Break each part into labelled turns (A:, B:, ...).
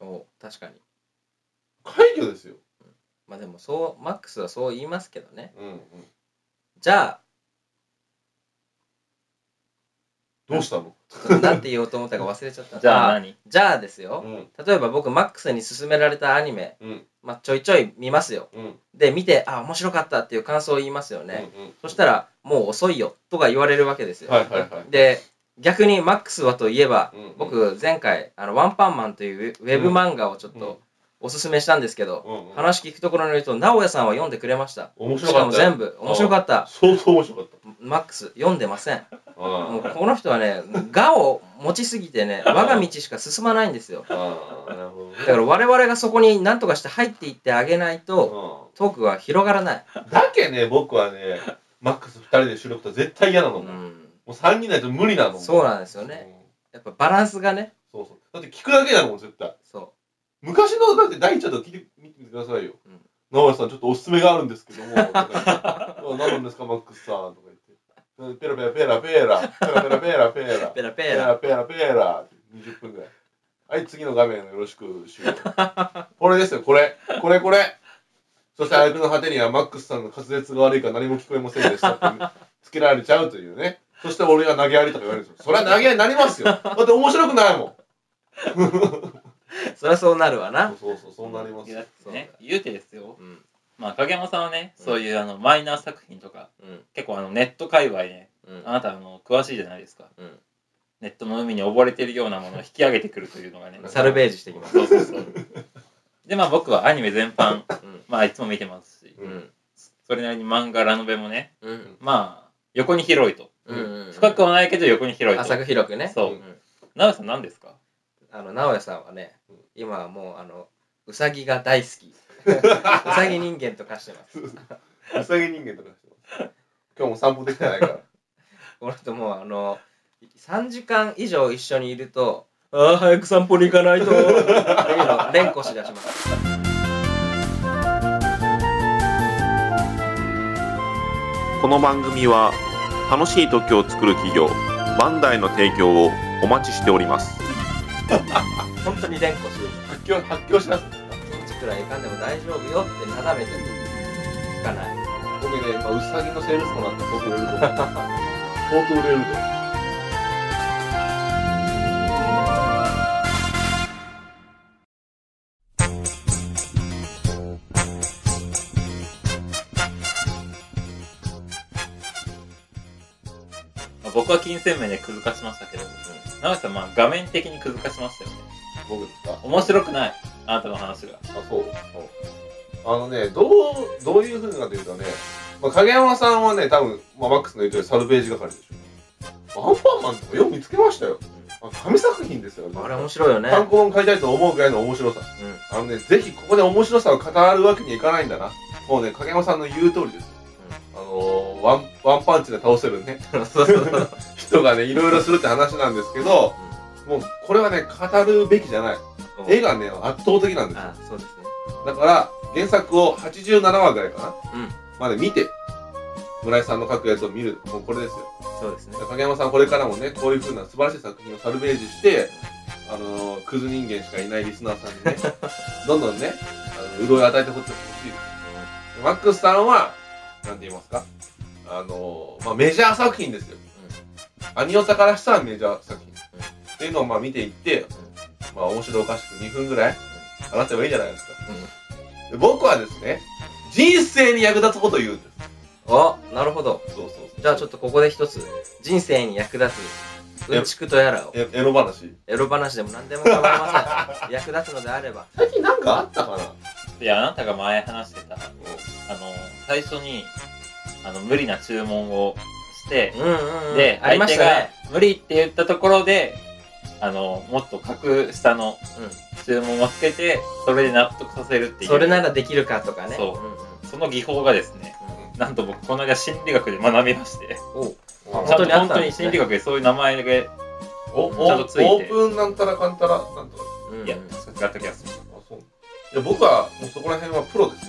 A: お確かに
B: 快挙ですよ。
A: まあでもそうマックスはそう言いますけどね
B: うんうん。
A: じゃあ
B: どうしたの？
A: ちょっと何て言おうと思ったか忘れちゃ った
C: じゃあ
A: あ
C: 何
A: じゃあですよ、
B: うん
A: 例えば僕マックスに勧められたアニメ、
B: うん
A: まあ、ちょいちょい見ますよ
B: うん
A: で見てあ面白かったっていう感想を言いますよ
B: うん
A: ね、
B: うん。
A: そしたらもう遅いよとか言われるわけですよ、
B: はいはいはい
A: で逆にマックスはといえば、
B: うんうん
A: 僕前回あの「ワンパンマン」というウェウェブ漫画をちょっとおすすめしたんですけど、
B: うんうん
A: 話聞くところによると直哉さんは読んでくれました
B: 面
A: し
B: 白
A: か
B: か
A: も
B: った。
A: 全部面白かった
B: 相当面白かっ
A: マックス読んでません
B: た。あ
A: もう
B: ー
A: この人はね「我」を持ちすぎてね我が道しか進まないんですよ
B: あーなるほどね。
A: だから我々がそこに何とかして入っていってあげないと
B: う
A: トークは広がらない、
B: んだけね僕はねマックス二人で収録と絶対嫌なの。
A: う、
B: もうん三人ないと無理なの。
A: そうなんですよね。やっぱバランスがね
B: うん。そうそう。だって聞くだけだもん絶対。
A: そ
B: 昔のだって第一話とか聞いてみてくださいよ
A: うん。
B: 直哉さんちょっとおすすめがあるんですけども。 とか言ってあ何なんですかマックスさんとか言って。うんペラペラペラペラペラペラペラペラ
A: うペラペ
B: ペ
A: ラ
B: ラペラペラって20分ぐらい。はい、次の画面よろしくしよう。これですよ、これ。これこれ。そして、あくの果てにはマックスさんの滑舌が悪いから何も聞こえませんでしたって、つけられちゃうというね。そして俺が投げやりとか言われるんですよ。それは投げやりになりますよ。だって面白くないもん。
A: そりゃそうなるわな、
B: そうそうそう、そうなります
C: いや
B: よ
C: だってね言うてですよ
A: うん
C: まあ影山さんはね
A: うん
C: そういうあのマイナー作品とか
A: うん
C: 結構あのネット界隈ね
A: うん
C: あなたあの詳しいじゃないですか
A: うん
C: ネットの海に溺れてるようなものを引き上げてくるというのがね
A: サルベージしてきます
C: そうそうそうでまあ僕はアニメ全
A: う
C: 般
A: ん
C: まあいつも見てますし
A: うん
C: それなりに漫画ラノベもね
A: うん
C: まあ横に広いと
A: うん
C: 深くはないけど横に広い
A: 浅
C: と
A: く広くね
C: そう
B: うん
C: 奈良さん何ですか
A: あの直哉さんはね
B: うん
A: 今はもうあのうさぎが大好 きうさぎ人間と化してます
B: うさぎ人間とかしてます。今日も散歩できてないから。
A: この人もうあの3時間以上一緒にいるとああ早く散歩に行かないとっていうのを連呼しだします
D: この番組は楽しい時を作る企業バンダイの提供をお待ちしております
A: 本当に連呼しです
B: 発狂、発狂しなす。
A: 1日くらいいかんでも大丈夫よってなだめて聞かない
B: 僕ね、今、うさぎのセールスマンなんて相当売れると思う。相当売れると思う。
C: まあ僕は金銭面で崩かしましたけど奈良さんまあ画面的に崩かしましたよね
B: 僕ですか
C: 面白くないあなたの話が
B: あそうあのねどうどういうふうかというとね、まあ、影山さんはね多分、まあ、マックスの言うとおりサルベージ係でしょアンパンマンとかよく見つけましたよ、あ神作品ですよ
A: あれ面白いよね
B: 単行本買いたいと思うぐらいの面白さ
A: うん
B: あのねぜひここで面白さを語るわけにはいかないんだなもうね影山さんの言う通りです、あのーワンワンパンチで倒せるね
A: そうそうそう
B: 人がねいろいろするって話なんですけど、もうこれはね語るべきじゃない絵がね圧倒的なんですよ
A: あそうですね
B: だから原作を87話ぐらいかな、
A: うん
B: まで見て村井さんの書くやつを見るもうこれですよ
A: そうですね
B: 影山さんこれからもねこういうふうな素晴らしい作品をサルベージしてあのー、クズ人間しかいないリスナーさんにねどんどんねあの潤いを与えてほしいですマックスさんはなんて言いますかあのー、まあメジャー作品ですよ、アニオタからしたらメジャー作品、
A: うん
B: っていうのをまあ見ていって、まあ面白おかしく2分ぐらい話せばいいじゃないですかで僕はですね人生に役立つことを言うんで
A: あなるほど
B: すそうそうそう
A: じゃあちょっとここで一つ人生に役立つうんちくとやらを
B: えエロ話
A: エロ話でも何でも構いません役立つのであれば
B: 最近なんかあったかな
C: であなたが前話してたあの最初にあの無理な注文をして
A: うんうん、うん、
C: で
A: あり
C: 相
A: ま
C: 手
A: した
C: が
A: ね
C: 無理って言ったところであのもっと格下の注文をつけてそれで納得させるって
A: うん
C: いう
A: それならできるかとかね
C: そうん
A: ん
C: その技法がですねなんと僕この間心理学で学びまして
A: おう
B: お
C: ちゃん
A: 本当
C: と
A: にあ
C: 本
A: ったん
C: 当
A: で
C: に
A: すね
C: 心理学でそういう名前で
B: お
C: ちゃんとついて
B: オープンなんたらかんたらなんとか
A: うんうん
C: や使った気がする
B: あそういや僕はもうそこら辺はプロですよ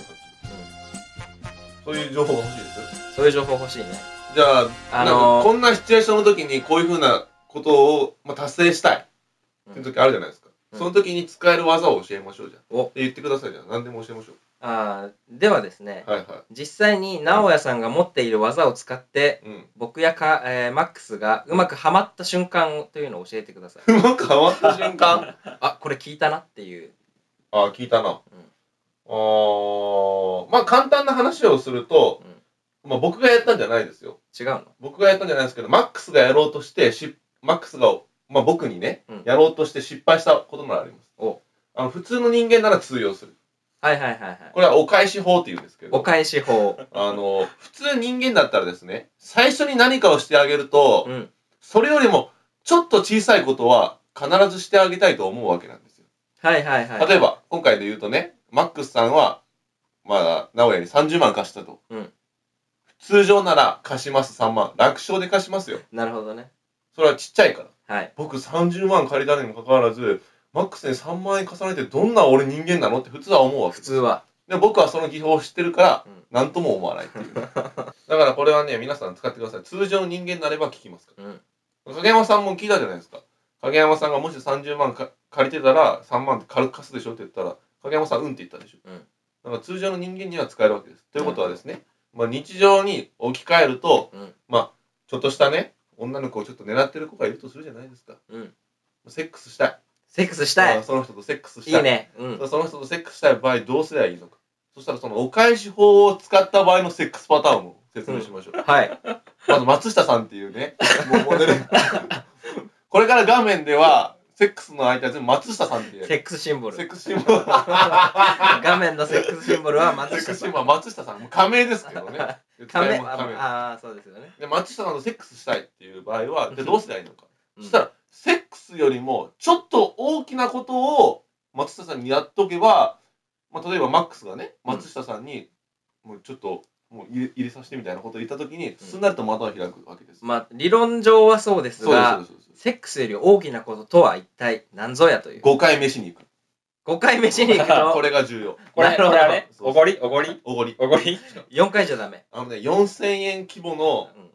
B: そういう情報が欲しいですよ
A: そういう情報欲しいね
B: じゃあ、
A: あ
B: なん
A: の
B: かこんなシチュエーションの時にこういうふうなことを、まあ、達成したいっていう時あるじゃないですか、その時に使える技を教えましょうじゃん。
A: お
B: って言ってくださいじゃん。何でも教えましょ
A: あーではですね、
B: う。はいは
A: 実際に直哉さんが持っている技を使って、
B: い。うん。
A: 僕やか、えーマックスがうまくハマった瞬間をというのを教えてく ださい。
B: うまくハマった瞬間
A: あ、これ聞いたなっていう。
B: ああ、聞いたな。あーまあ簡単な話をすると、まあ僕がやったんじゃないですよ。
A: 違うの
B: 僕がやったんじゃないですけど、マックスがやろうとして、しマックスが、まあ僕にね、
A: うん
B: やろうとして失敗したことならあります。
A: お
B: あの普通の人間なら通用する。
A: はいはいはいはい。
B: これはお返し法って言うんですけ
A: お
B: ど、
A: 返し法。
B: あの、普通人間だったらですね、最初に何かをしてあげると、
A: うん。
B: それよりもちょっと小さいことは必ずしてあげたいと思うわけなんですよ。
A: はいはいはい。
B: 例えば、今回で言うとね、マックスさんは、まあ、名古屋に30万貸したと。
A: うん
B: 通常なら貸します3万。楽勝で貸しますよ。
A: なるほどね。
B: それはちっちゃいから。
A: はい。
B: 僕30万借りたのにもかかわらず、マックスに3万円貸さないってどんな俺人間なのって普通は思うわけ
A: 普。通は。
B: でも僕はその技法を知ってるから
A: うん、
B: 何とも思わないっていう。 だからこれはね、皆さん使ってください。通常の人間になれば聞きますから
A: うん。
B: 影山さんも聞いたじゃないですか影山さんがもし30万か借りてたら3万って軽く貸すでしょって言ったら影山さんうんって言ったでしょ、
A: うん
B: だから通常の人間には使えるわけですということはですね、まあ、日常に置き換えると、
A: うん
B: まあちょっとしたね女の子をちょっと狙ってる子がいるとするじゃないですか、
A: うん
B: セックスしたい
A: セックスした
B: まあ
A: い。
B: その人とセックスし
A: い
B: たい
A: いね。うん。
B: その人とセックスしたい場合どうすればいいのかそしたらそのお返し法を使った場合のセックスパターンを説明しましょう、
A: はい。
B: まず松下さんっていうね、もうモデル。 これから画面では、セックスの相手は全部松下さんっていう。
A: セックスシンボ
B: セッ
A: ル。
B: クスシンボル。
A: 画面のセックスシンボルは
B: セ
A: 松
B: ック
A: 下
B: ス
A: さ
B: シン
A: ん。
B: ボルは松下さん。もう仮名ですけ どね。
A: カメ、
B: 使い物仮名
A: ああー、そうですよね。
B: で、松下さんとセックスしたいっていう場合は、で、どうすりゃいいのか。
A: うん
B: そしたら、セックスよりも、ちょっと大きなことを松下さんにやっとけば、まあ、例えばマックスがね、
A: うん
B: 松下さんに、もうちょっと、もう入れ入れさせてみたいなことを言ったときに、すんなりと股を開くわけです。
A: まあ、理論上はそうです
B: そうです、そう
A: が
B: で、すそうです。
A: セックスより大きなこととは一体何ぞやという。
B: 5回飯に行く。
A: 5回飯に行く、
B: ことれが重要。
C: こ
A: な
C: れ、こ
A: るほど
C: れあれ
B: そう
C: おごりおごり
B: おごり。
C: おごり
A: 4回じゃダメ。
B: あのね、4000円規模の
A: うん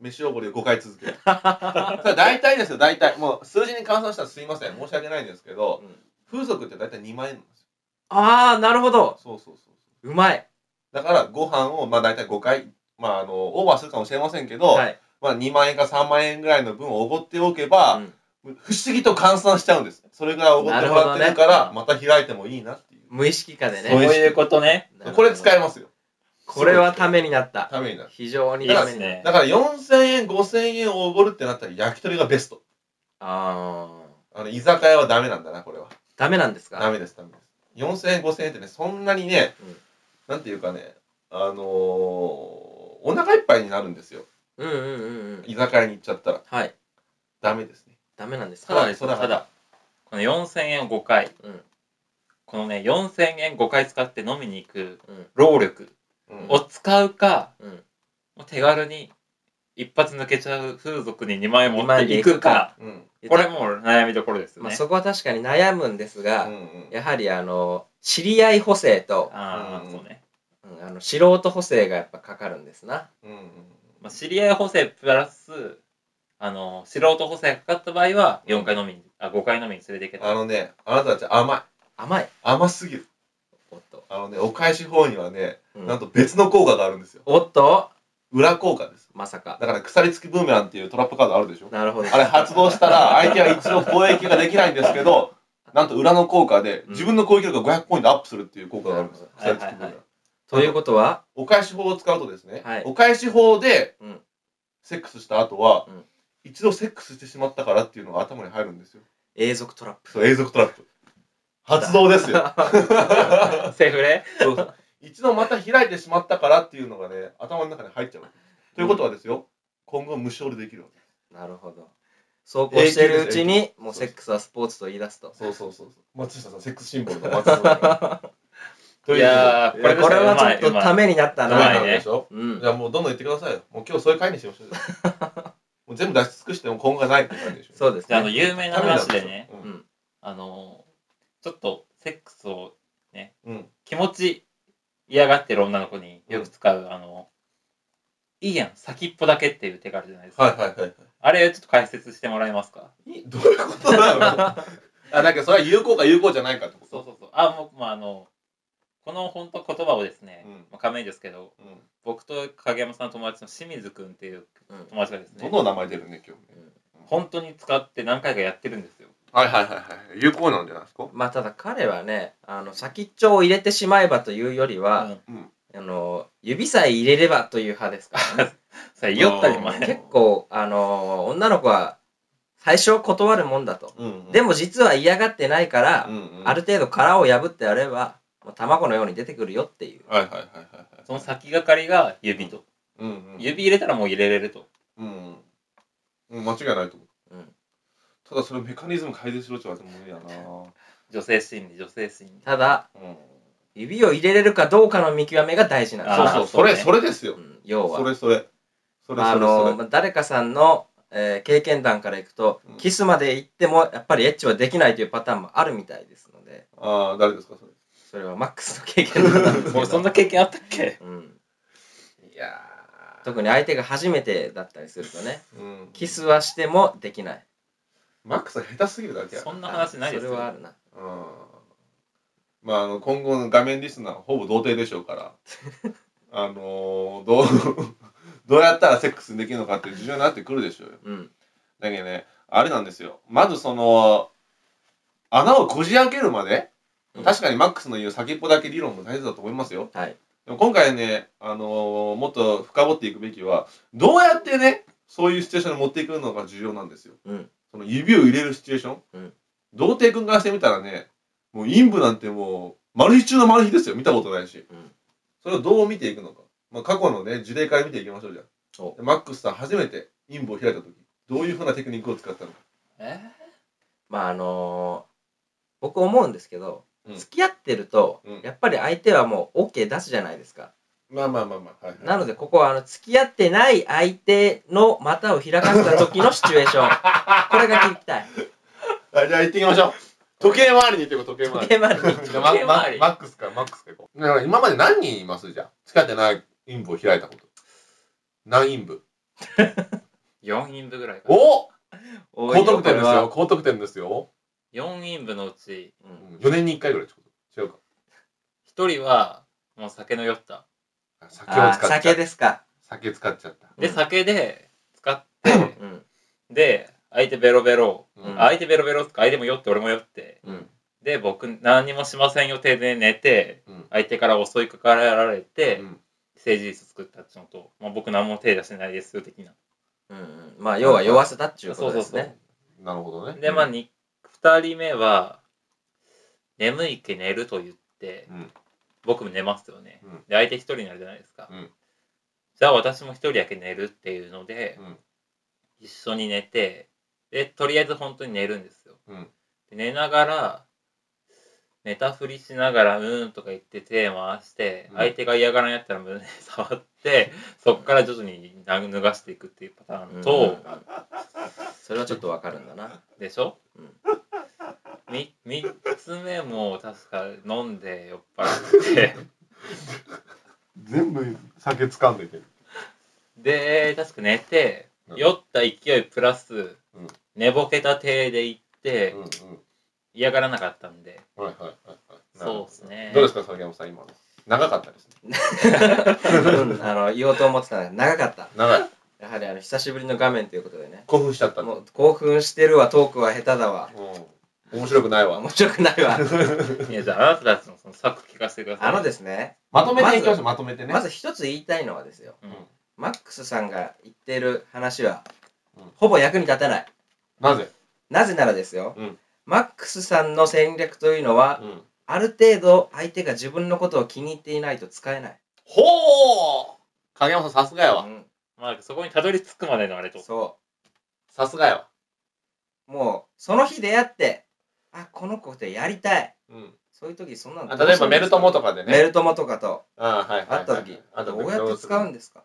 B: 飯おごりを5回続ける。 それ大体ですよ、大体。もう数字に換算したらすいません。申し訳ないんですけど、
A: うん
B: 風俗って大体2万円なんです
A: ああ、なるほど
B: よ。。そうそうそう。
A: うまい。
B: だから、ご飯を、まあ大体5回、まああの、オーバーするかもしれませんけど、
A: はい。
B: まあ2万円か3万円ぐらいの分をおごっておけば、
A: うん
B: 不思議と換算しちゃうんです。それぐらいおごってもら
A: な
B: ってるか
A: る
B: ら、
A: ほ
B: また開いてもいいなっていう。
A: 無意識下で
C: そう
A: ね。
C: いうことね。
A: なるほど
B: これ使えますよ。
A: これはためになった。
B: ためになる。
A: 非常
C: い
A: に
C: いで
A: ため
C: す
A: になった。
C: ね。
B: だから4000円、5000円をおごるってなったら焼き鳥がベスト。
A: ああ。
B: あの、居酒屋はダメなんだな、これは。
A: ダメなんです
B: ダ
A: か
B: メです、ダメです。4000円、5000円ってね、そんなにね、
A: うん
B: なんていうかね、あのーお腹いっぱいになるんですよ。
A: うんうんうんうん。
B: 居酒屋に行っちゃったら。
A: はい。
B: ダメですね。
A: ダメなんです
C: た
A: か
C: だですよ、ただ、この4000円を5回、
A: うん
C: このね、4000円5回使って飲みに行く
A: うん
C: 労力
B: うん
C: を使うか、
A: うん
C: もう手軽に一発抜けちゃう風俗に2万円持
A: 二万
C: っ
A: 円
C: て
A: で
C: い
A: 行く
C: くか、
B: うん。
C: これもう悩みどころですよね。
A: まあそこは確かに悩むんです
B: うん
A: が、
B: うん
A: やはりあの、知り合い補正と、
C: あ
B: う
C: あ、
B: ん
C: そうね。
A: うんあの素人補正がやっぱかかるんですな。
B: うんうん
C: まあ、知り合い補正プラス、あの、素人補正がかかった場合は、4回飲みに、あ、5回飲みに連れて行けた
B: あのね、あなたたち甘
A: 甘い
B: い。。甘すぎる。
A: おっと。
B: あのね、お返し法にはね、
A: うん
B: なんと別の効果があるんですよ。
A: おっと
B: 裏効果です。
A: まさか。
B: だから、鎖付きブーメランっていうトラップカードあるでしょ
A: なるほど。
B: あれ発動したら相手は一応攻撃ができないんですけど、なんと裏の効果で
A: うん
B: 自分の攻撃力が500ポイントアップするっていう効果があるんですよ。
C: はいはいはい
B: 鎖付きブーメラン
A: ということは、
B: お返し法を使うとですね、
A: はい
B: お返し法で
A: うん
B: セックスした後は、
A: うん
B: 一度セックスしてしまったからっていうのが頭に入るんですよ。
A: 永続トラップ。
B: そう、永続トラップ。発動ですよ。
C: セフレ
B: そうそう一度また開いてしまったからっていうのがね、頭の中に入っちゃうわけです。ということはですよ、今後無償でできるわけ。
A: なるほど。そうこうしてるうちに、もうセックスはスポーツと言い出すと。
B: そうそうそうそう。松下さん、セックスシンボルの松下さん。ということで
C: いやー、
A: これ
C: ですね
A: はちょっ
C: う
A: と
C: まい
A: ためになった
B: ダ
C: う
B: メ
C: まい
A: な。
B: なんでしょ、
A: うん
B: じ。ゃあもうどんどん言ってくださいよ。もう今日そういう回にしましょ うよ。もう全部出し尽くしても今後がないって感じでしょ。
A: そうです
C: じゃあ、あの、
A: ね。
C: 有名な話でね、
B: うん
A: うん
C: あの、ちょっと、セックスを
B: うん。
C: 気持ち嫌がってる女の子によく使う、あの、いいやん、先っぽだけっていう手があるじゃないですか。
B: はいはいはいは
C: あれ、ちょっと解説してもらえますか
B: い。いどういうことなの あ、だけどそれは有効か有効じゃないかってこ
C: そう
B: と。
C: そうそう。あ、もう、まあ、あの、この本当言葉をですね、
B: うん
C: まあ、仮名ですけど、
B: うん
C: 僕と影山さんの友達の清水くんっていう
A: うん
C: 友達がですね、
B: どの名前出るね、今日。
C: 本当に使って何回かやってるんですよ。
B: はいはいはいはい。有効なんじゃないですか
A: まあただ彼はねあの先っちょを入れてしまえばというより
C: う
A: は、
C: ん
A: あの指さえ入れればという派ですから、ね、
C: それ、酔ったりも
B: あー
C: ね、
A: 結構あの女の子は最初断るもんだと、
B: うん
A: で
B: も、
A: も実は嫌がってないから、
B: うんうん
A: ある程度殻を破ってやればもう卵のように出てくるよっていう
B: はいはいはいはいはい。
C: その先がかりが指と。
B: うんうん。
C: 指入れたらもう入れれると。
B: うん。うん間違いないと思う。
A: うん
B: ただそれメカニズム改善しろって言われても無理だな
C: 女性心理、女性心 理。
A: ただ
B: うん。
A: 指を入れれるかどうかの見極めが大事なんです
C: あー
B: そうそう、
C: そ
B: そう
C: ね
B: れ、それですよ
A: う。ん要は
B: それそれ。それ
A: まああ
B: それ
A: の
B: そ
A: まあ誰かさんの、えー経験談からいくと、
B: うん
A: キスまで行ってもやっぱりエッチはできないというパターンもあるみたいですので
B: れ。ああ、誰ですか、それ。
A: それはマックスの経験談 なんですけ
C: 俺、
A: ど
C: そんな経験あったっけ
A: うん、
B: いや
A: 特に相手が初めてだったりするとね
B: うん。
A: キスはしてもできない
B: マックスは下手すぎるだけや。
C: そんな話ないです
A: そ
C: よ。
A: れはあるな
B: うんまあ、あの今後の画面リスナーほぼ童貞でしょう から、あのーどう どうやったらセックスできるのかっていう事情になってくるでしょうよ。
A: うん
B: だけどね、あれなんですよ。まずその、穴をこじ開けるまで、
A: うん
B: 確かにマックスの言う先っぽだけ理論も大切だと思いますよ。
A: はい
B: でも今回ね、あのーもっと深掘っていくべきは、どうやってね、そういうシチュエーションに持っていくのが重要なんですよ。
A: うん
B: その指を入れるシチュエーション。
A: うん
B: 童貞君からしてみたらね、もう陰部なんてもう、マル秘中のマル秘ですよ。見たことないし。
A: うん
B: それをどう見ていくのか。まあ、過去のね、事例から見ていきましょうじゃ
A: お
B: ん。でマックスさん、初めて陰部を開いた時どういうふうなテクニックを使ったのか。
C: え
A: まああのー僕思うんですけど、
B: うん
A: 付き合ってると、
B: うん
A: やっぱり相手はもう OK 出すじゃないですか
B: まあまあまあまあ。はいはい、
A: なので、ここは、あの、付き合ってない相手の股を開かせた時のシチュエーショ ン。これが聞きたい。
B: はい、じゃあ行ってきましょう。時計回りに行ってこう、時計回
A: 時
B: り。
A: 計回りに。
B: じゃあマ
C: 時計回り
B: ママックスからマックスから行こう。だから今まで何人いますじゃあ。付き合ってない陰部を開いたこと。何陰部
C: 4陰部ぐらいかな。
B: お
A: 多い
B: 高得点で
A: これ
B: す
A: は
B: よ。高得点ですよ。
C: 4陰部のうち、
A: うん
B: 4年に1回ぐらいってこと違うか。
C: 1人はもう酒の酔った。
B: 酒を使っ
A: あー
B: ちゃった。
A: 酒ですか。
B: 酒使っちゃった。
C: で、
A: うん
C: 酒で使っ て、
A: うん。
C: で、相手ベロベロ、
B: うん
C: あ相手ベロベロっつうか相手も酔って俺も酔って、
A: うん
C: で、僕何にもしません予定で寝て、
B: うん
C: 相手から襲いかかられて、
B: うん
C: 政治作ったっていうのと、まあ、僕何も手出してないですよ的な。
A: うんうん。まあ、要は酔わせたっていうことです
C: そうそう
A: ね。
B: なるほどね。
C: で、まあ、に2人目は、眠いけ寝ると言って、
B: うん
C: 僕も寝ますよね。
B: うん
C: で、相手1人になるじゃないですか。
B: うん
C: じゃあ私も1人だけ寝るっていうので、
B: うん
C: 一緒に寝てでとりあえず本当に寝るんですよ、
B: うん
C: で寝ながら寝たふりしながら「うーん」とか言って手回して、
B: うん
C: 相手が嫌がらんやったら胸触ってそこから徐々に脱がしていくっていうパターン
A: うん
C: と、
A: それはちょっとわかるんだな。
C: でしょ、
A: うん
C: み三つ目も確か飲んで酔っ払って
B: 全部酒掴んでてる。
C: で確か寝て
B: うん
C: 酔った勢いプラス、
B: うん
C: 寝ぼけた手で行って、
B: うんうん。
C: 嫌がらなかったんで
B: はいはいはいはい。
C: そうですね
B: どうですか、影山さん、今の。長かったですね。
A: うんあの、言おうと思ってたのが長かった。
B: 長い。
A: やはり、あの、久しぶりの画面ということでね。
B: 興奮しちゃった
A: も
B: の。
A: う、興奮してるわ、トークは下手だわ。
B: うん。面白くないわ。
A: 面白くないわ。
C: いやじゃああなたたちのその策聞かせてください
A: あのですね、
B: まとめていきましょう、まとめてね。
A: まず一つ言いたいのはですよ。
C: うん
A: マックスさんが言ってる話は
B: うん、
A: ほぼ役に立たない。
B: なぜ
A: なぜならですよ、
B: うん
A: マックスさんの戦略というのは、
B: うん。
A: ある程度相手が自分のことを気に入っていないと使えない。
B: ほー影山さん、さすがやわ。
C: まあそこにたどり着くまでのあれ
A: う
C: と
A: ん、そ
B: さすがやわ。
A: う。もう、その日出会って、あ、この子とやりたい。
B: うん。
A: そういう時そんなの
B: あ例えば、メルトモとかで
A: メ
B: ね。
A: ルトモとかと
B: あはいはいはい。
A: 会った時、
B: あ
A: どうやって使うん
B: だ
A: ですか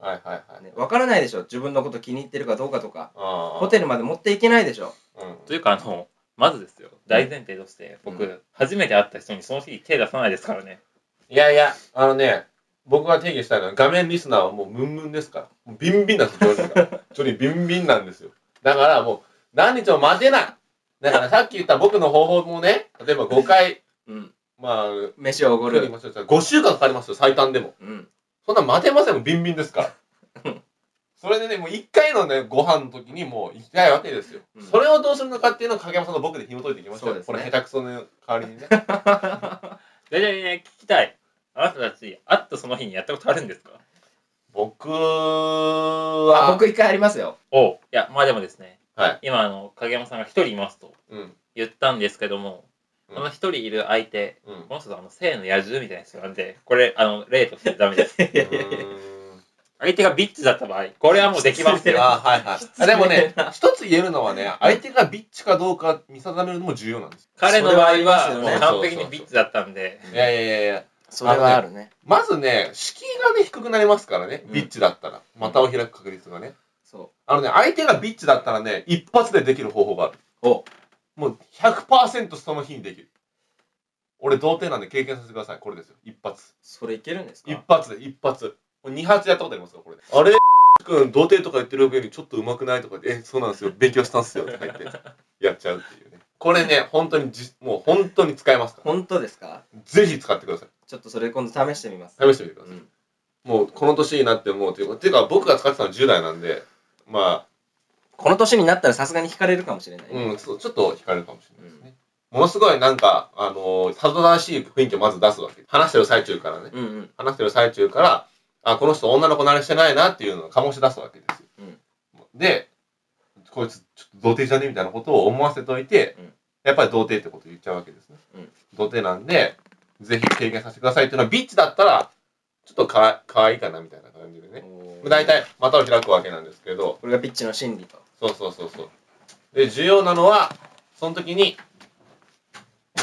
B: はいはいはい。
A: ねわからないでしょ自分のこと気に入ってるかどうかとか。ホ
B: ホ
A: テルまで持っていけないでしょ
B: ル。うん。
C: というかあのまずですよ大前提として僕、
A: う
C: 初めて会った人にその日手出さないですからね
B: いやいや、あのね、僕が定義したいのは画面リスナーはもうムンムンですから。もうビンビンなんですよ、ジョニーが。ジョニービンビンなんですよ。だからもう、何日も待てないだからさっき言った僕の方法もね、例えば5回、
A: うん。
B: まあ、
A: 飯をおご
B: 作り
A: る。
B: ましょう5週間かかりますよ、最短でも。
A: うん。
B: そんな待てませんもんビンビンで すから。それでね、もう1回のね、ご飯の時にもう行きたいわけですよ。
A: うん
B: それをどうするのかっていうのを影山さんと僕で紐解いていきましょう。
A: そうですね
B: この下手くその代わりに ね。
C: 大体ね、聞きたい。あなたたち、あっとその日にやったことあるんですか
A: あ、
B: 僕は、
A: 僕一回ありますよ。
C: おう。いや、まあでもですね、
B: はい
C: 今、あの、影山さんが一人いますと
B: うん、
C: 言ったんですけども、
B: うん
C: この一人いる相手、
B: うん。
C: この人とあの、性の野獣みたいな人なんで、これ、あの、例としてダメです。
A: いやいやいや
B: い
C: 相手がビッチだった場合、これはもうできますよ。
B: や、は いはい。でもね、一つ言えるのはね、相手がビッチかどうか見定めるのも重要なんです。
C: 彼の場合は、
A: そ
C: も
A: れ
B: はありますよね
C: う完璧にビッチだったんで、
B: いやいやいやいや、
A: それはあるね。
B: まずね、敷居がね、低くなりますからね、
A: うん
B: ビッチだったら。股を開く確率がね。
A: そ
B: あのね、相手がビッチだったらね、一発でできる方法がある。
A: お
B: もう100%その日にできる。俺、童貞なんで経験させてください。これですよ。一発
A: う。。それいけるんです
B: 一
A: か
B: 発で、一発。これ二発やったことありますかこれで。あれ君、童貞とか言ってる上にちょっと上手くないとか言って、え、そうなんですよ。勉強したんすよ。とか言って、やっちゃうっていうね。これね、本当にじ、もう本当に使えますから。
A: 本当ですか
B: ぜひ使ってください。
A: ちょっとそれ今度試してみます。
B: 試してみてくだ
A: う
B: さい。
A: ん。
B: もうこの年になってもうというか、ていうか僕が使ってたのは10代なんで、ま
A: この年になったらさすがに惹かれるかもしれな
B: あ
A: い、。
B: うん、そうちょっと惹かれるかもしれないですね。ものすごいなんか、あのー、たどたどしい雰囲気をまず出すわけ。話してる最中からね。
A: うんうん。
B: 話してる最中から、あ、この人女の子慣れしてないなっていうのを醸し出すわけですよ。で、こいつちょっと童貞じゃねみたいなことを思わせといて、
A: うん
B: やっぱり童貞ってこと言っちゃうわけですね。
A: うん
B: 童貞なんで、ぜひ経験させてくださいっていうのは、ビッチだったら、ちょっとかわかわいいかなみたいな感じでね。
A: おー
B: 大体股を開くわけなんですけど
A: これがピッチの心理と。
B: そうそうそうそうで重要なのはその時に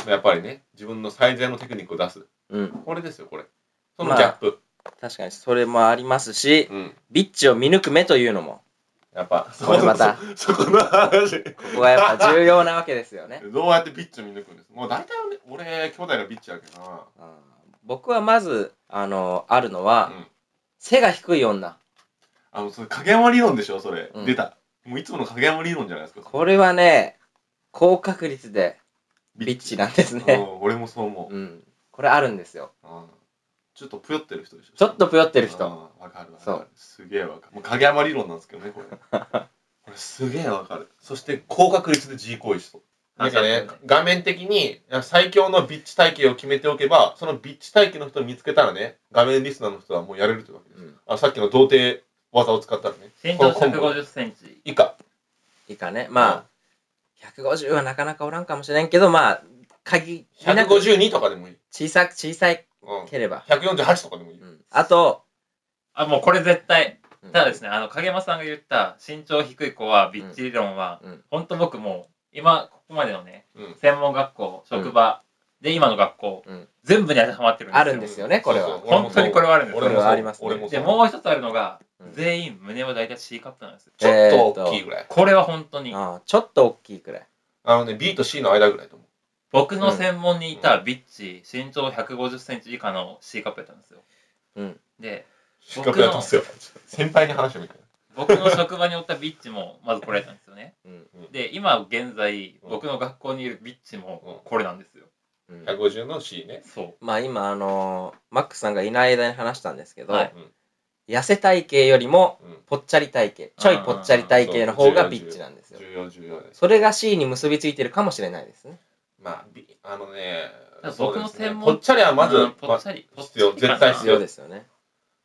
B: やっぱりね自分の最善のテクニックを出す
A: うん。
B: これですよこれそのギャップ、
A: 確かにそれもありますし、
B: うん
A: ビッチを見抜く目というの も、
B: やっぱ
A: これまた、こ
B: そこの話
A: こがやっぱ重要なわけですよ ね。
B: どうやってビッチを見抜くんですもう大体俺俺兄弟がビッチやけどな
A: あー僕はまず、あの、あるのは、
B: うん
A: 背が低い女。
B: あのそれ影山理論でしょそれ、
A: うん
B: 出たもういつもの影山理論じゃないですか
A: これはね、高確率でビッチなんです
B: う
A: ね。
B: ん俺もそう思う、
A: うん。これあるんですよ。
B: うんちょっとぷよってる人でしょ
A: ちょっとぷよって
B: て
A: る人。
B: わかるわ
A: そ
B: かる
A: う
B: すげえわかるもう影山理論なんですけどねこれ これすげえわかるそして高確率で G 行為しそうなんかね画面的に最強のビッチ体型を決めておけばそのビッチ体型の人を見つけたらね画面リスナーの人はもうやれるってわけで
A: う
B: す、
A: ん
B: あさっきの童貞技を使ったらね
C: 身
B: この
C: 長
B: コンボ
C: 150センチ。
B: 以下
A: 以下ね。まあ、150はなかなかおらんかもしれんけど、まあ、鍵、みんな小
B: 152とかでもいい、
A: さく、小さ
B: うん、
A: ければ。
B: 148とかでもいい、
A: うん。あと、
C: あ、もうこれ絶対。
A: うん
C: ただですね、あの、影山さんが言った身長低い子は、ビッチ理論は、
A: うん
C: ほんと僕もう、今、ここまでのね、
B: うん
C: 専門学校、職場、で、今の学校、
A: うん
C: 全部に当てはまってるんですよ。
A: あるんですよねこれは
B: そうそう俺も
C: 本
B: そう
C: 当にこれはあるんですよ。
B: 俺
A: こ
B: も
A: れ
B: そう
A: はありますね
B: 俺もそう
C: で、もう一つあるのが、
A: うん
C: 全員胸は大体 C カップなんですよ。
B: ちょっと大きいぐらい、
C: これは本当に、
A: あーちょっと大きいくらい。
B: あのね B と C の間ぐらいと思う
C: 僕の専門にいたビッチ、身長150センチ以下の C カップやったんですよ。
A: うん
C: で、
B: 失格やったんですよ先輩に話してみて
C: 僕の職場におったビッチも、まずこれやったんですよね。
A: うん。
C: で、今現在、
B: うん
C: 僕の学校にいるビッチも、これなんですよ。
A: うん
B: 150の C ね
C: そ
A: まあ今、あのーマックスさんがいない間に話したんですけど、
C: はい
A: 痩せ体型よりも、
B: うん
A: ぽっちゃり体型、ちょいぽっちゃり体型の方がビッチなんですよ。
B: 重要重要です
A: それが C に結びついてるかもしれないですね。
B: まあびあのね
C: だから
B: そう
C: 僕の
B: ですね
C: 専門
B: ぽっちゃりは
C: う。
B: まず、
C: うんぽ
B: ま
C: っちゃり、ぽっ
B: 必要
C: ちゃ
B: 絶
C: りかな
B: 対
A: 必
B: 必
A: 要
B: 要
A: ですよね。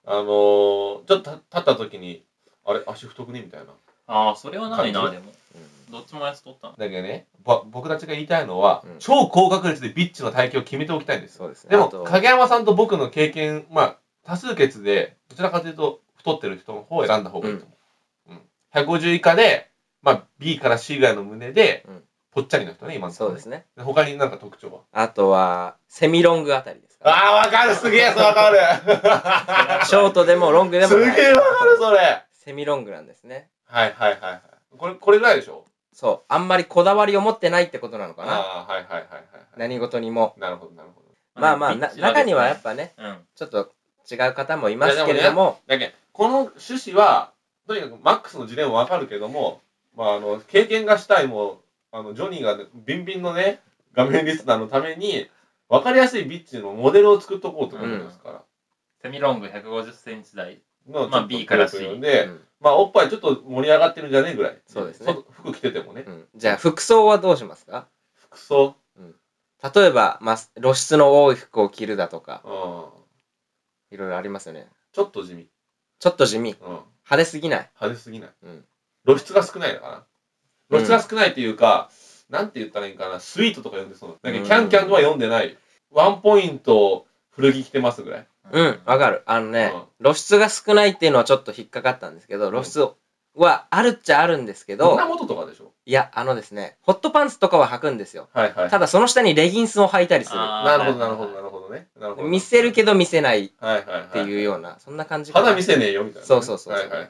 B: あのーちょっと立立った時にあれ足太くねみたいな
C: ああ、それはないな、
B: 感
C: でも。
A: うん
C: どっちもやつ取ったの。
B: だけどねぼ僕たちが言いたいのは、
A: うん
B: 超高確率でビッチの体型を決めておきたいんですよ
A: そうですね。
B: で
A: あ
B: も
A: と
B: 影山さんと僕の経験まあ多数決でどちらかというと太ってる人の方を選んだ方がいいと思う、うん150以下で、まあ、B から C ぐらいの胸で、
A: うん
B: ぽっちゃりの人ね今のと
A: そ
B: ころ
A: う
B: ね
A: ですね。
B: で他になんか特徴は
A: あとは、セミロングあたりですか、
B: ああ、わかる、すげえ、それわかる。
A: ショートでもロングでも
B: す
A: ない
B: げえわかる、それ。はい
A: セミロングなんですね。
B: はいはいはい。これ、これぐらいでしょ
A: そう。あんまりこだわりを持ってないってことなのかな。
B: ああ、はいはいはいはいはい。
A: 何事にも。
B: なるほど、なるほど。
A: まあまあ、
C: ビッ
A: な
C: チ
A: 中にはや
C: です
A: っぱね、
C: ねうん。
A: ちょっと違う方もいますけれども、
B: だけどこの趣旨は、とにかくマックスの事例もわかるけども、まあ、あの、経験がしたいも、あのジョニーがねビンビンのね画面リスナーのために分かりやすいビッチのモデルを作っとこうと思いますから、
C: セミロング150センチ台。
B: の
C: まあ B から C
A: う
B: で、
A: ん
B: まあおっぱいちょっと盛り上がってるんじゃねえぐらい
A: そうですね
B: そ服着ててもね
A: うんじゃあ服装はどうしますか
B: 服装
A: 例えば、まあ、露出の多い服を着るだとか
B: うんち
A: いろいろありますよね
B: ょっと地味、
A: ちょっと地味
B: うん、派
A: 派手すぎない、
B: 手すぎない、
A: うん
B: 露出が少ないのか
A: う
B: なん露出が少ないっていうか、なんて言ったらいいんかなスイートとか読んでそうななん
A: う
B: か
A: ん
B: キャンキャンとは読んでないワンポイント古着着てますぐらい
A: うんわかるあのね、露出が少ないっていうのはちょっと引っかかったんですけど
B: ん
A: 露出はあるっちゃあるんですけど、
B: 胸元とかでしょ
A: いやあのですねホットパンツとかは履くんですよ
B: はいはい
A: ただその下にレギンスを履いたりする
B: なるほどなるほどなるほどねなるほど
A: 見せるけど見せないっ
B: はいはいはいって
A: いうようなそんな感じかな
B: 肌見せねえよみたいな
A: そうそうそう
B: はいはいは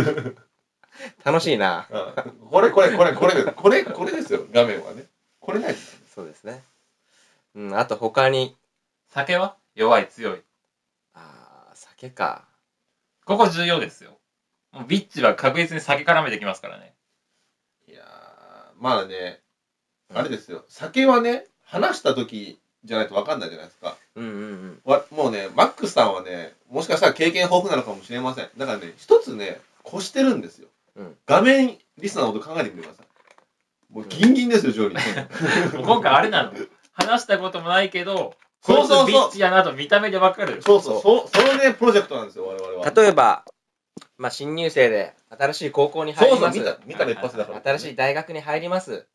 B: いはい
A: 楽しいな
B: うんこれこれこれこれこれこれですよ画面はねこれない
A: そうですねうんあと他に
C: 酒は弱い強い。
A: あー酒か
C: ここ重要ですよ。もうビッチは確実に酒絡めてきますからね。
B: いやーまあねあれですよ酒はね話した時じゃないと分かんないじゃないですか
A: うんうんうん
B: わもうねマックスさんはねもしかしたら経験豊富なのかもしれませんだからね一つね越してるんですよ、
A: うん
B: 画面リスナーのこと考えてみてくださいもうギンギンですよジョニー
C: もう今回あれなの。話したこともないけど、
B: そうそうそう
C: こいつビッチやなと見た目でわかる。
B: そうそうそうそのねプロジェクトなんですよ我々は
A: 例えば、まあ、新入生で新しい高校に入
B: そう
A: り
B: そう
A: ます
B: 見た見たら一発だから、
A: 新しい大学に入ります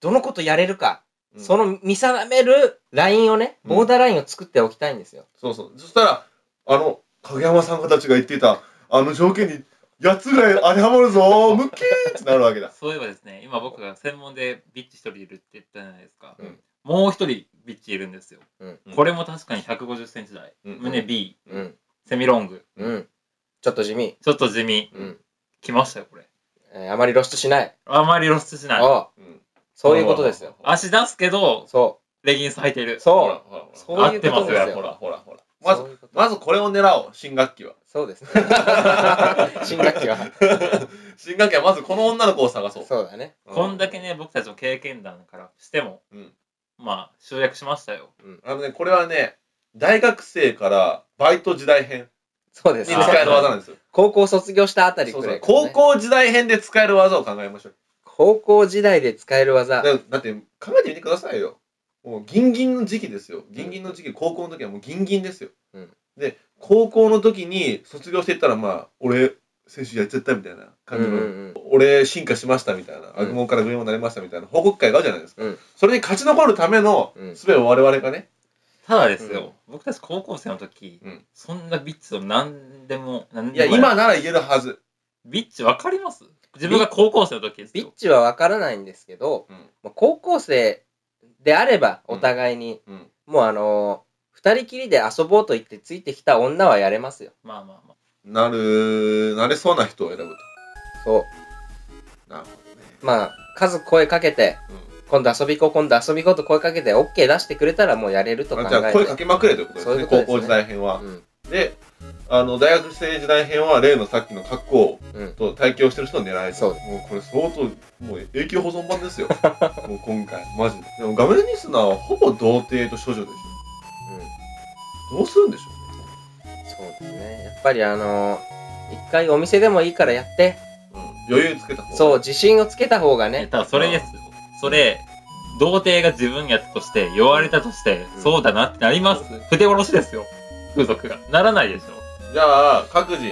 A: どのことやれるか、
B: うん
A: その見定めるラインをね
B: うん
A: ボーダーラインを作っておきたいんですよ、
B: そうそう。そしたら、あの、影山さんたちが言っていた、あの条件に、やつら当てはまるぞムッキーってなるわけだ。
C: そういえばですね、今僕が専門でビッチ一人いるって言ったじゃないですか。
B: うん
C: もう一人ビッチいるんですよ。
A: うん
C: これも確かに150センチ台。
B: うん
C: 胸 B、
B: うん
C: セミロング、
A: うん、うん、ちょっと地味、
C: ちょっと地味。
A: うん
C: 来ましたよ、これ。
A: えーあまり露出しない、
C: あまり露出しない。
A: おう
B: うん
A: そういうことですよ。
C: 足出すけど、
A: そ
C: レギンス履いて
A: う
C: る。
B: ほ
A: そ
B: らほら
A: う
B: ほら。
A: そういうことです
C: 合ってます
B: ほ
A: よ
B: らほらほら。まず
A: そう、いうこと
B: まずこれを狙おう、新学 期は。
A: そうですね新学期は
B: 新学期はまずこの女の子を探そう。
A: そうだね
B: う
C: こんだけ。ね、僕たちの経験談からしても、
B: うん
C: まあ、集約しましたよ。
B: あのね、これはね、大学生からバイト時代編
A: そうで
B: に
A: す
B: 使
A: ね
C: あ
B: える技なんですよ。
A: 高校卒業したあたり
B: そ
A: く
B: う
A: ら
B: そう
A: いから
B: 高
A: ね、
B: 校時代編で使える技を考えましょう。
A: 高校時代で使える技
B: だだって考えてみてくださいよもうギンギンの時期ですよギンギンの時期高校の時はもうギンギンですよ、
A: うん
B: で高校の時に卒業していったらまあ俺先週やっちゃったみたいな感じの、
A: うんうん
B: 俺進化しましたみたいな
A: うん
B: 悪門から上門になりましたみたいな報告会があるじゃないですか、
A: うん
B: それに勝ち残るための
A: うん
B: 術を我々がね、
C: ただですよ、僕たち高校生の時、
B: うん
C: そんなビッチを何でも、何
B: い
C: で
B: や
C: も
B: 今なら言えるはず
C: ビッチわかります自分が高校生の時です
A: ビッ
C: よ。
A: チは分からないんですけど、
B: うん
A: まあ高校生であればお互いに、
B: うん
A: もうあのー二人きりで遊ぼうと言ってついてきた女はやれますよ
C: まあまあまあ。
B: なるなれそうな人を選ぶと
A: そ
B: なるほどね
A: うまあ数声かけて今度遊び行こう今度遊び行こうと声かけて OK 出してくれたらもうやれると
B: うん、
A: 考
B: あ
A: え
B: じゃ
A: て
B: あ声かけまくれということですね
A: そういうことですね
B: 高校時代編は、
A: うん
B: であの大学生時代編は例のさっきの格好
A: うん
B: と対響してる人を狙える
A: そう
B: もうこれ相当もう永久保存版ですよ もう今回マジででも画面リスナーはほぼ童貞と処女でし
A: うん
B: ょどうするんでしょ
A: そうですねやっぱりあのー一回お店でもいいからやって
B: う、ねうん、余裕つけた方が
A: そう自信をつけた方が
C: え
A: ね
C: ただそれですよ。それ、童貞が自分やったとして、言われたとして、
A: うん
C: そうだなってなります。筆下ろしですよ。風俗が。ならないでしょ。
B: じゃあ各自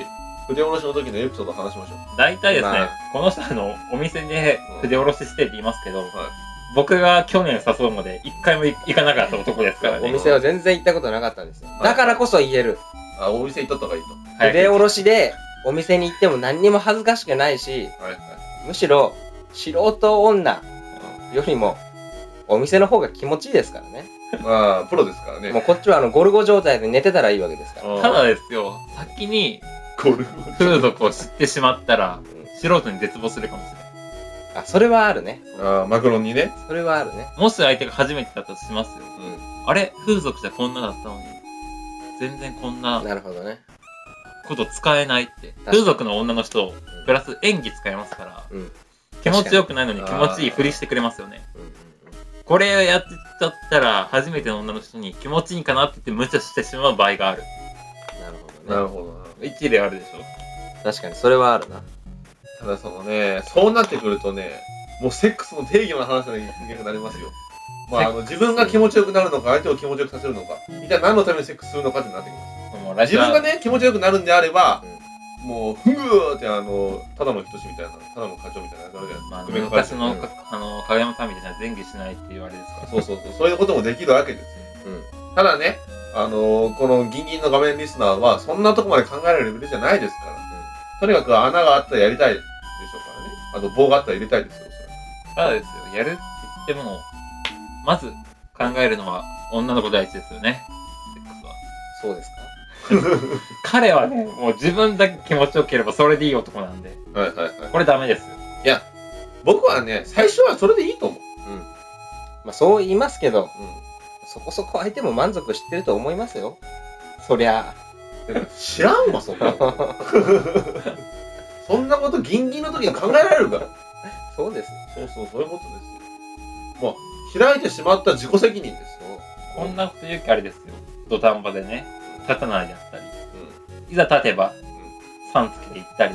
B: 筆下ろしの時のエピソード話しましょ
C: 大体ですね、
A: まあ
C: この人あのお店で筆下ろししてって言いますけど、
B: い
C: 僕が去年誘うまで一回も行かなかった男ですから
A: お
C: ね。
A: 店は全然行ったことなかったんですよ
B: い
A: だからこそ言える
B: うあお店行ったった方がいいと
C: はい
A: 筆下ろしでお店に行っても何にも恥ずかしくないし
B: はいは
A: むしろ素人女よりもお店の方が気持ちいいですからね
B: いまあプロですからね
A: もうこっちはあのゴルゴ状態で寝てたらいいわけですから
C: ただですよ、先に
B: ゴルフ
C: 風俗を知ってしまったら
A: ん、
C: 素人に絶望するかもしれない。
A: あそれはあるね
B: あーマクロンにね
A: それはあるね
C: もし相手が初めてだったとしますよ。
B: うん
C: あれ風俗じゃこんなだったのに、全然こんな
A: なるほどね
C: こと使えないっ
A: か
C: て。
A: に
C: 風俗の女の人、プラス演技使えますから、
A: うん
C: 気持ちよくないのに気持ちいいふりしてくれますよね。これやってちゃったら、初めての女の人に気持ちいいかなって言って無茶してしまう場合がある。
A: なるほどね。
B: なるほどな。
C: 一理あるでしょ。
A: 確かにそれはあるな。
B: ただそのね、そうなってくるとね、もうセックスの定義の話がになりますよ。まあ、あの自分が気持ちよくなるのか、相手を気持ちよくさせるのか、一体何のためにセックスするのかってなってきます。
C: もう来
B: 自
C: 週は
B: 分がね、気持ちよくなるんであれば、もう、ふぐーって、あの、ただの人志みたいな、ただの課長みたいな、あれじゃ
C: まあ、
B: ないですか。
C: 昔
B: 革
C: の、
B: 命家
C: あの、影山さんみたいな前儀しないっていうあれですか
B: そうそうそう、そういうこともできるわけですよ。ただね、あのこのギンギンの画面リスナーは、そんなとこまで考えられるレベルじゃないですから。とにかく穴があったらやりたいでしょうからね。あと棒があったら入れたいですよ、それ
C: ら。ただですよ、やるって言っても、まず考えるのは女の子第一ですよね。セックスは。
A: そうですか
C: 彼はね、もう自分だけ気持ちよければそれでいい男なんで、
B: はいはいはい。
C: これダメです。
B: 僕はね、最初はそれでいいと思う。
A: まあそう言いますけど、
B: う
A: そこそこ相手も満足してると思いますよ。そりゃ
B: ん。知らんわ、そんなこと。 そんなことギンギンの時に考えられるから。
A: あ、 そうです。
B: そうそう、そういうことですよ。もう、開いてしまった自己責任ですよ。
C: こんなこと言うきあれですよ。土壇場でね、立たないであったり、
B: う
C: いざ立てば、さんつけていったり、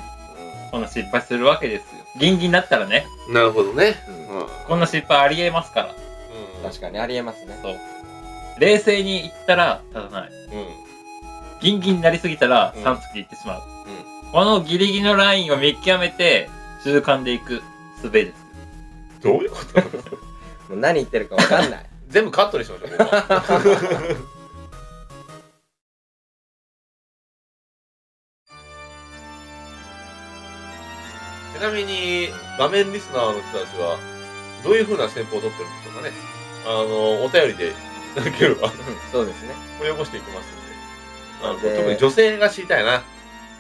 C: こんな失敗するわけですよ。ギンギンだったらね、
B: ん。なるほどね。
A: う。
B: うんん。
C: こんな失敗ありえますから。
A: 確かにありえますね。
C: そう。冷静に言ったら立たない。
B: に。うん。
C: ギンギンになりすぎたら
B: うん
C: 3つでいってしまう、このギリギリのラインを見極めて中間でいく術です
B: どういうこと
A: もう何言ってるかわかん ない。
B: 全部カットにしましょう、ここは ちなみに、画面リスナーの人たちは、どういう風な戦法を取ってるんでしょうかね。あの、お便りでいただけれ ば、
A: うんそうですね。
B: 掘り起こしていきますんで。あの
A: で
B: 特に女性が知りたいな。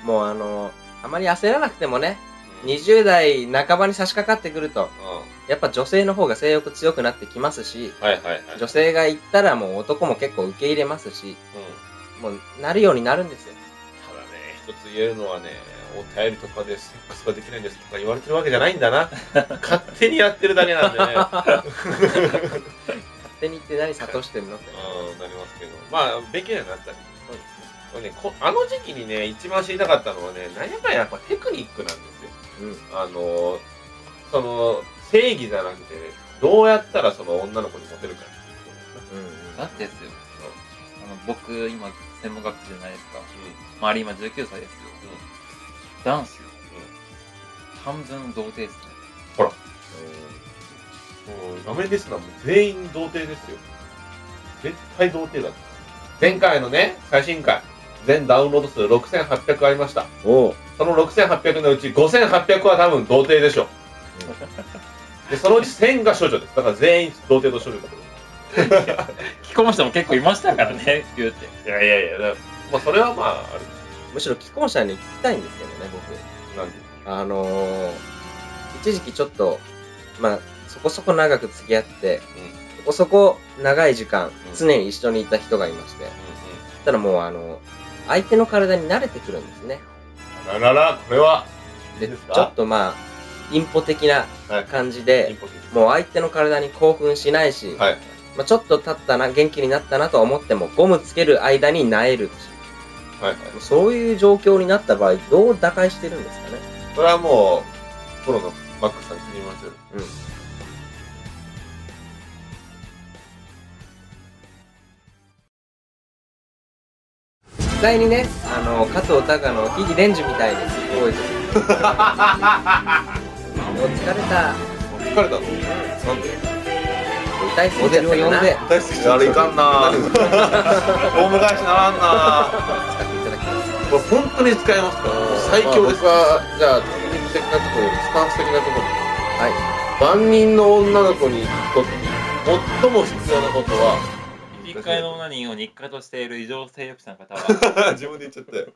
A: もうあの、あまり焦らなくてもね、20代半ばに差し掛かってくると、
B: うん。は
A: やっぱ女性の方が性欲強くなってきますし、
B: いはいはい。
A: 女性が行ったらもう男も結構受け入れますし、
B: うん
A: もうなるようになるんですよ。
B: ただね、一つ言えるのはね、お便りとかでセックスができないんですとか言われてるわけじゃないんだな。勝手にやってるだけなん でね。うん、な
A: 勝手に行って何諭してんのって。
B: りますけど。まあ、勉強にはなったり。
A: そうです
B: これね、こあの時期にね、一番知りたかったのはね、何やかんややっぱテクニックなんですよ。
A: ね。うん。
B: あのー、その、正義じゃなくて、どうやったらその女の子にモテるかっていうこ
A: うんうん
C: だってですよあの僕今専門学生じゃないですか周り今19歳ですよ、男子半分童貞ですね
B: となんですよ。うん。もう、画面ですのはもう全員童貞ですよ。絶対童貞だった。前回のね、最新回、全ダウンロード数6800ありました。
A: おう。
B: その6800のうち5800は多分童貞でしょ う。で、そのうち1000が処女です。だから全員童貞と処女だと思う
C: 着込む人も結構いましたからね言うて
B: いやいやいや、だからまあそれはまあ、あれ
A: むしろ既婚者に聞きたいんですけどね、
B: なんで。
A: 僕。あのー、一時期ちょっと、まあ、そこそこ長く付き合って、そこそこ長い時間、常に一緒にいた人がいまして、そしたらもうあの、相手の体に慣れてくるんですね。
B: あらら、これは、い
A: で、
B: い
A: ち
B: ですか
A: ょっとまあ、インポ的な
B: はい
A: 感じで、もう相手の体に興奮しないし、
B: はい。
A: まあ、ちょっと経ったな、元気になったなと思っても、ゴムつける間に萎えるし
B: はいはい。
A: そういう状況になった場合、どう打開してるんですかね。
B: これはもう、プロのマックスさん気に入りますよ。
A: うん実際にね、あの、加藤隆のヒギレンジみたいにすごいです。お疲れた。
B: 疲れたのなんで
A: 歌いすぎちゃったかな。で
B: 大好きあれいかん なオウム返しならんな
A: 使っていただきます。
B: これ本当に使えますから最強です、
E: まあ僕はじゃあテクニック的なところよりスタンス的なところ
A: はい。
E: 万人の女の子にとって最も必要なことは
C: 一回のオナニーを日課としている異常性欲者の方は
B: 自分で言っちゃったよ